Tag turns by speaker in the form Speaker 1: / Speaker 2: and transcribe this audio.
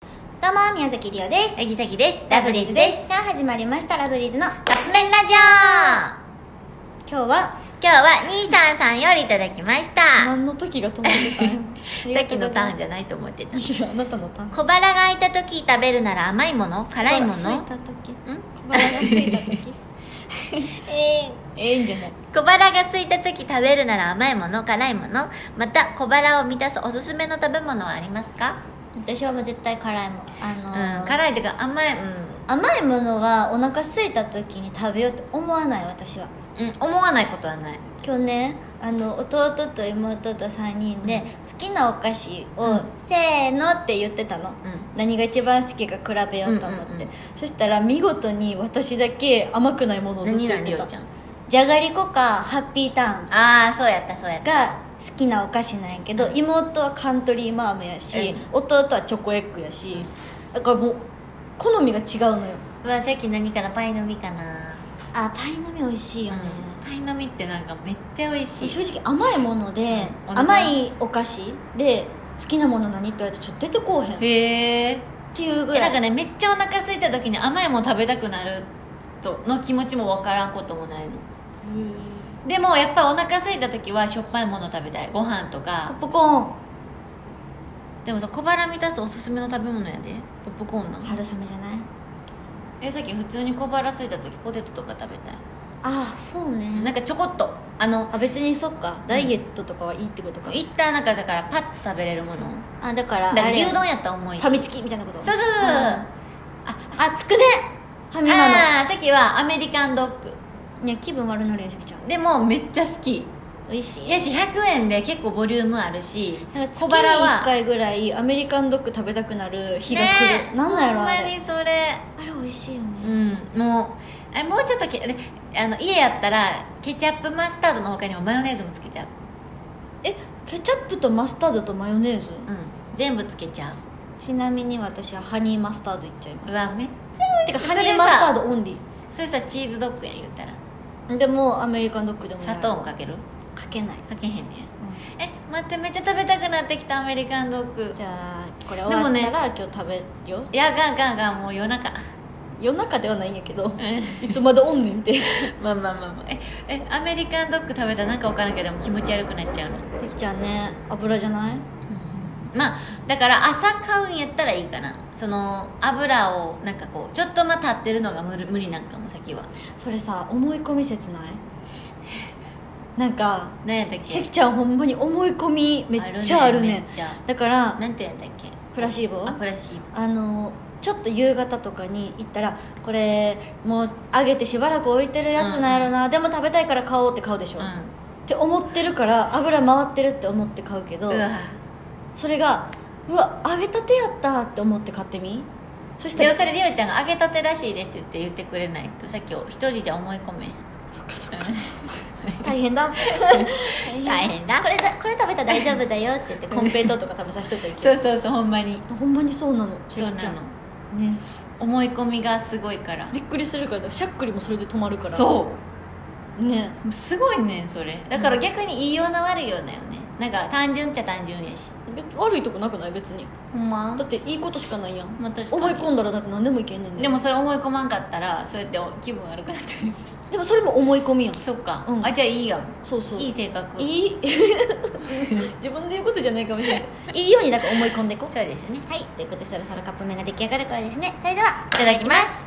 Speaker 1: どうも宮崎りおです
Speaker 2: えぎさきです
Speaker 1: ラブリーズですさあ始まりましたラブリーズの
Speaker 2: カップ麺ラジ
Speaker 1: 今日は
Speaker 2: オ今日は兄さんさんよりいただきました
Speaker 1: 何の時が止まってたん
Speaker 2: さっきのターンじ
Speaker 1: ゃ
Speaker 2: ゃないと思ってた
Speaker 1: いやあなたのターン
Speaker 2: 小腹が空いた時食べるなら甘いもの辛いも
Speaker 1: 空い
Speaker 2: の
Speaker 1: た時
Speaker 2: ん
Speaker 1: 小腹が空いた時
Speaker 2: えー
Speaker 1: えいいんじゃない
Speaker 2: 小腹が空いた時食べるなら甘いもの辛いものまた小腹を満たすおすすめの食べ物はありますか
Speaker 1: 私はもう絶対辛いもんあ
Speaker 2: う
Speaker 1: の
Speaker 2: ん
Speaker 1: ー
Speaker 2: 辛いというか甘い
Speaker 1: 甘いものはお腹空いた時に食べようと思わない私は
Speaker 2: うん、うん、思わないことはない
Speaker 1: 去年あの弟と妹と3人で好きなお菓子を、
Speaker 2: うん
Speaker 1: せーのって言ってたの、
Speaker 2: う
Speaker 1: 何が一番好きか比べようと思って、
Speaker 2: うんうんうん
Speaker 1: そしたら見事に私だけ甘くないものをずっと
Speaker 2: 何
Speaker 1: 言っ
Speaker 2: 々
Speaker 1: て
Speaker 2: り
Speaker 1: た
Speaker 2: おちゃん
Speaker 1: じゃがりこかハッピーターン
Speaker 2: ああそうやったそうやった
Speaker 1: が好きなお菓子なんやけど妹はカントリーマームやし、
Speaker 2: うん
Speaker 1: 弟はチョコエッグやしだからもう好みが違うのよ
Speaker 2: うわさっき何かなパイの実かな
Speaker 1: あパイの実美味しいよね、
Speaker 2: パイの実ってなんかめっちゃ美味しい
Speaker 1: 正直甘いもので、
Speaker 2: うんお腹
Speaker 1: 甘いお菓子で好きなもの何って言われたらちょっと出てこうへんっ
Speaker 2: へえ
Speaker 1: ていうぐらい
Speaker 2: なんかねめっちゃお腹空いた時に甘いもん食べたくなるとの気持ちもわからんこともないの
Speaker 1: うん
Speaker 2: でもやっぱお腹空いた時はしょっぱいもの食べたいご飯と
Speaker 1: ポ
Speaker 2: か
Speaker 1: ップコーン
Speaker 2: でもさ小腹満たすおすすめの食べ物やでポップコーンなの
Speaker 1: 春雨じゃない
Speaker 2: えさっき普通に小腹空いた時ポテトとか食べたい
Speaker 1: ああそうね
Speaker 2: なんかちょこっとあの
Speaker 1: あ別にそっかダイエットとかはいいってことか、
Speaker 2: 一旦なんかだからパッと食べれるもの
Speaker 1: あだから
Speaker 2: だから
Speaker 1: あれ
Speaker 2: 牛丼やったら重いし
Speaker 1: ファミチキみたいなこと
Speaker 2: そうそうそうそう
Speaker 1: ああつくねファミマの
Speaker 2: ああーさっきはアメリカンドッグ
Speaker 1: いや気分悪なるよしきちゃん
Speaker 2: でもめっちゃ好き
Speaker 1: 美味しい
Speaker 2: やし100円で結構ボリュームあるし
Speaker 1: なんか月
Speaker 2: 小
Speaker 1: に
Speaker 2: 腹は
Speaker 1: 1回ぐらいアメリカンドッグ食べたくなる日が来る、
Speaker 2: ねえ
Speaker 1: なんだろう
Speaker 2: ほん
Speaker 1: あ
Speaker 2: ま
Speaker 1: れ
Speaker 2: にそれ
Speaker 1: あれ美味しいよね、
Speaker 2: うんもうあれもうちょっとけであの家やったらケチャップマスタードの他にもマヨネーズもつけちゃう
Speaker 1: えケチャップとマスタードとマヨネーズ
Speaker 2: うん全部つけちゃう
Speaker 1: ちなみに私はハニーマスタードいっちゃいます
Speaker 2: うわめっちゃ
Speaker 1: てか
Speaker 2: そ
Speaker 1: ハ
Speaker 2: れさ
Speaker 1: ニーマスタードオンリ
Speaker 2: それさチーズドッグやん言ったら
Speaker 1: ーでもアメリカンドッグでもな
Speaker 2: 砂
Speaker 1: い
Speaker 2: 糖もかける
Speaker 1: かけない、
Speaker 2: かけへんねやえ待ってめっちゃ食べたくなってきたアメリカンドッグ
Speaker 1: じゃあこれ
Speaker 2: で
Speaker 1: 終わ
Speaker 2: も
Speaker 1: っ
Speaker 2: ね
Speaker 1: たら、今日食べよ
Speaker 2: いやガンガンガンもう夜中
Speaker 1: 夜中ではないんやけどいつまでおんねんってで
Speaker 2: まあまあまあまあええアメリカンドッグ食べたらなんか分からんけどでも気持ち悪くなっちゃうの
Speaker 1: きちゃんね油じゃない
Speaker 2: まあだから朝買うんやったらいいかなその油をなんかこうちょっとまあ立ってるのが無理無理なんかも先は
Speaker 1: それさ思い込み説ないなんか
Speaker 2: 何やったっ
Speaker 1: シャ
Speaker 2: け
Speaker 1: キちゃんほんまに思い込みめっちゃあるね
Speaker 2: めっちゃ
Speaker 1: だから
Speaker 2: なんてやったっけ
Speaker 1: プラシーボ
Speaker 2: あプラシー
Speaker 1: あのちょっと夕方とかに行ったらこれもう揚げてしばらく置いてるやつなんやろな、でも食べたいから買おうって買うでしょ、
Speaker 2: ボう
Speaker 1: っ
Speaker 2: ん
Speaker 1: て思ってるから油回ってるって思って買うけど
Speaker 2: うわ
Speaker 1: それがうわ揚げたてやったって思って買ってみそした
Speaker 2: でも
Speaker 1: ら
Speaker 2: それりおちゃんが揚げたてらしいでって言って言ってくれないとさっきお一人じゃ思い込めん
Speaker 1: そっかそっか大変 だ
Speaker 2: 大変だ
Speaker 1: これだこれ食べたら大丈夫だよって言 ってコンペイトーとか食べさせといたり
Speaker 2: そうそうそうほんまに
Speaker 1: ほんまにそうなの
Speaker 2: そ
Speaker 1: シ
Speaker 2: う
Speaker 1: ャキち
Speaker 2: な
Speaker 1: ゃん
Speaker 2: の
Speaker 1: ね
Speaker 2: 思い込みがすごいから
Speaker 1: びっくりするからしゃっくりもそれで止まるから
Speaker 2: そう
Speaker 1: ね
Speaker 2: うすごいねんそれだから逆にいいような悪いようなよねなんか単純っちゃ単純やし
Speaker 1: 別悪いとこなくない別に
Speaker 2: ほんま
Speaker 1: だっていいことしかないやん
Speaker 2: まあ、確かに
Speaker 1: 思い込んだらだって何でもいけんねんね
Speaker 2: でもそれ思い込まんかったらそうやって気分悪くなったりする
Speaker 1: でもそれも思い込みやん
Speaker 2: そっか、
Speaker 1: うん
Speaker 2: あじゃあいいや
Speaker 1: そうそう
Speaker 2: いい性格
Speaker 1: い い自分で言うことじゃないかもし れないいいようになんか思い込んでいこう
Speaker 2: そうですね
Speaker 1: はいということでそろそろカップ麺が出来上がるからですねそれではい
Speaker 2: ただきます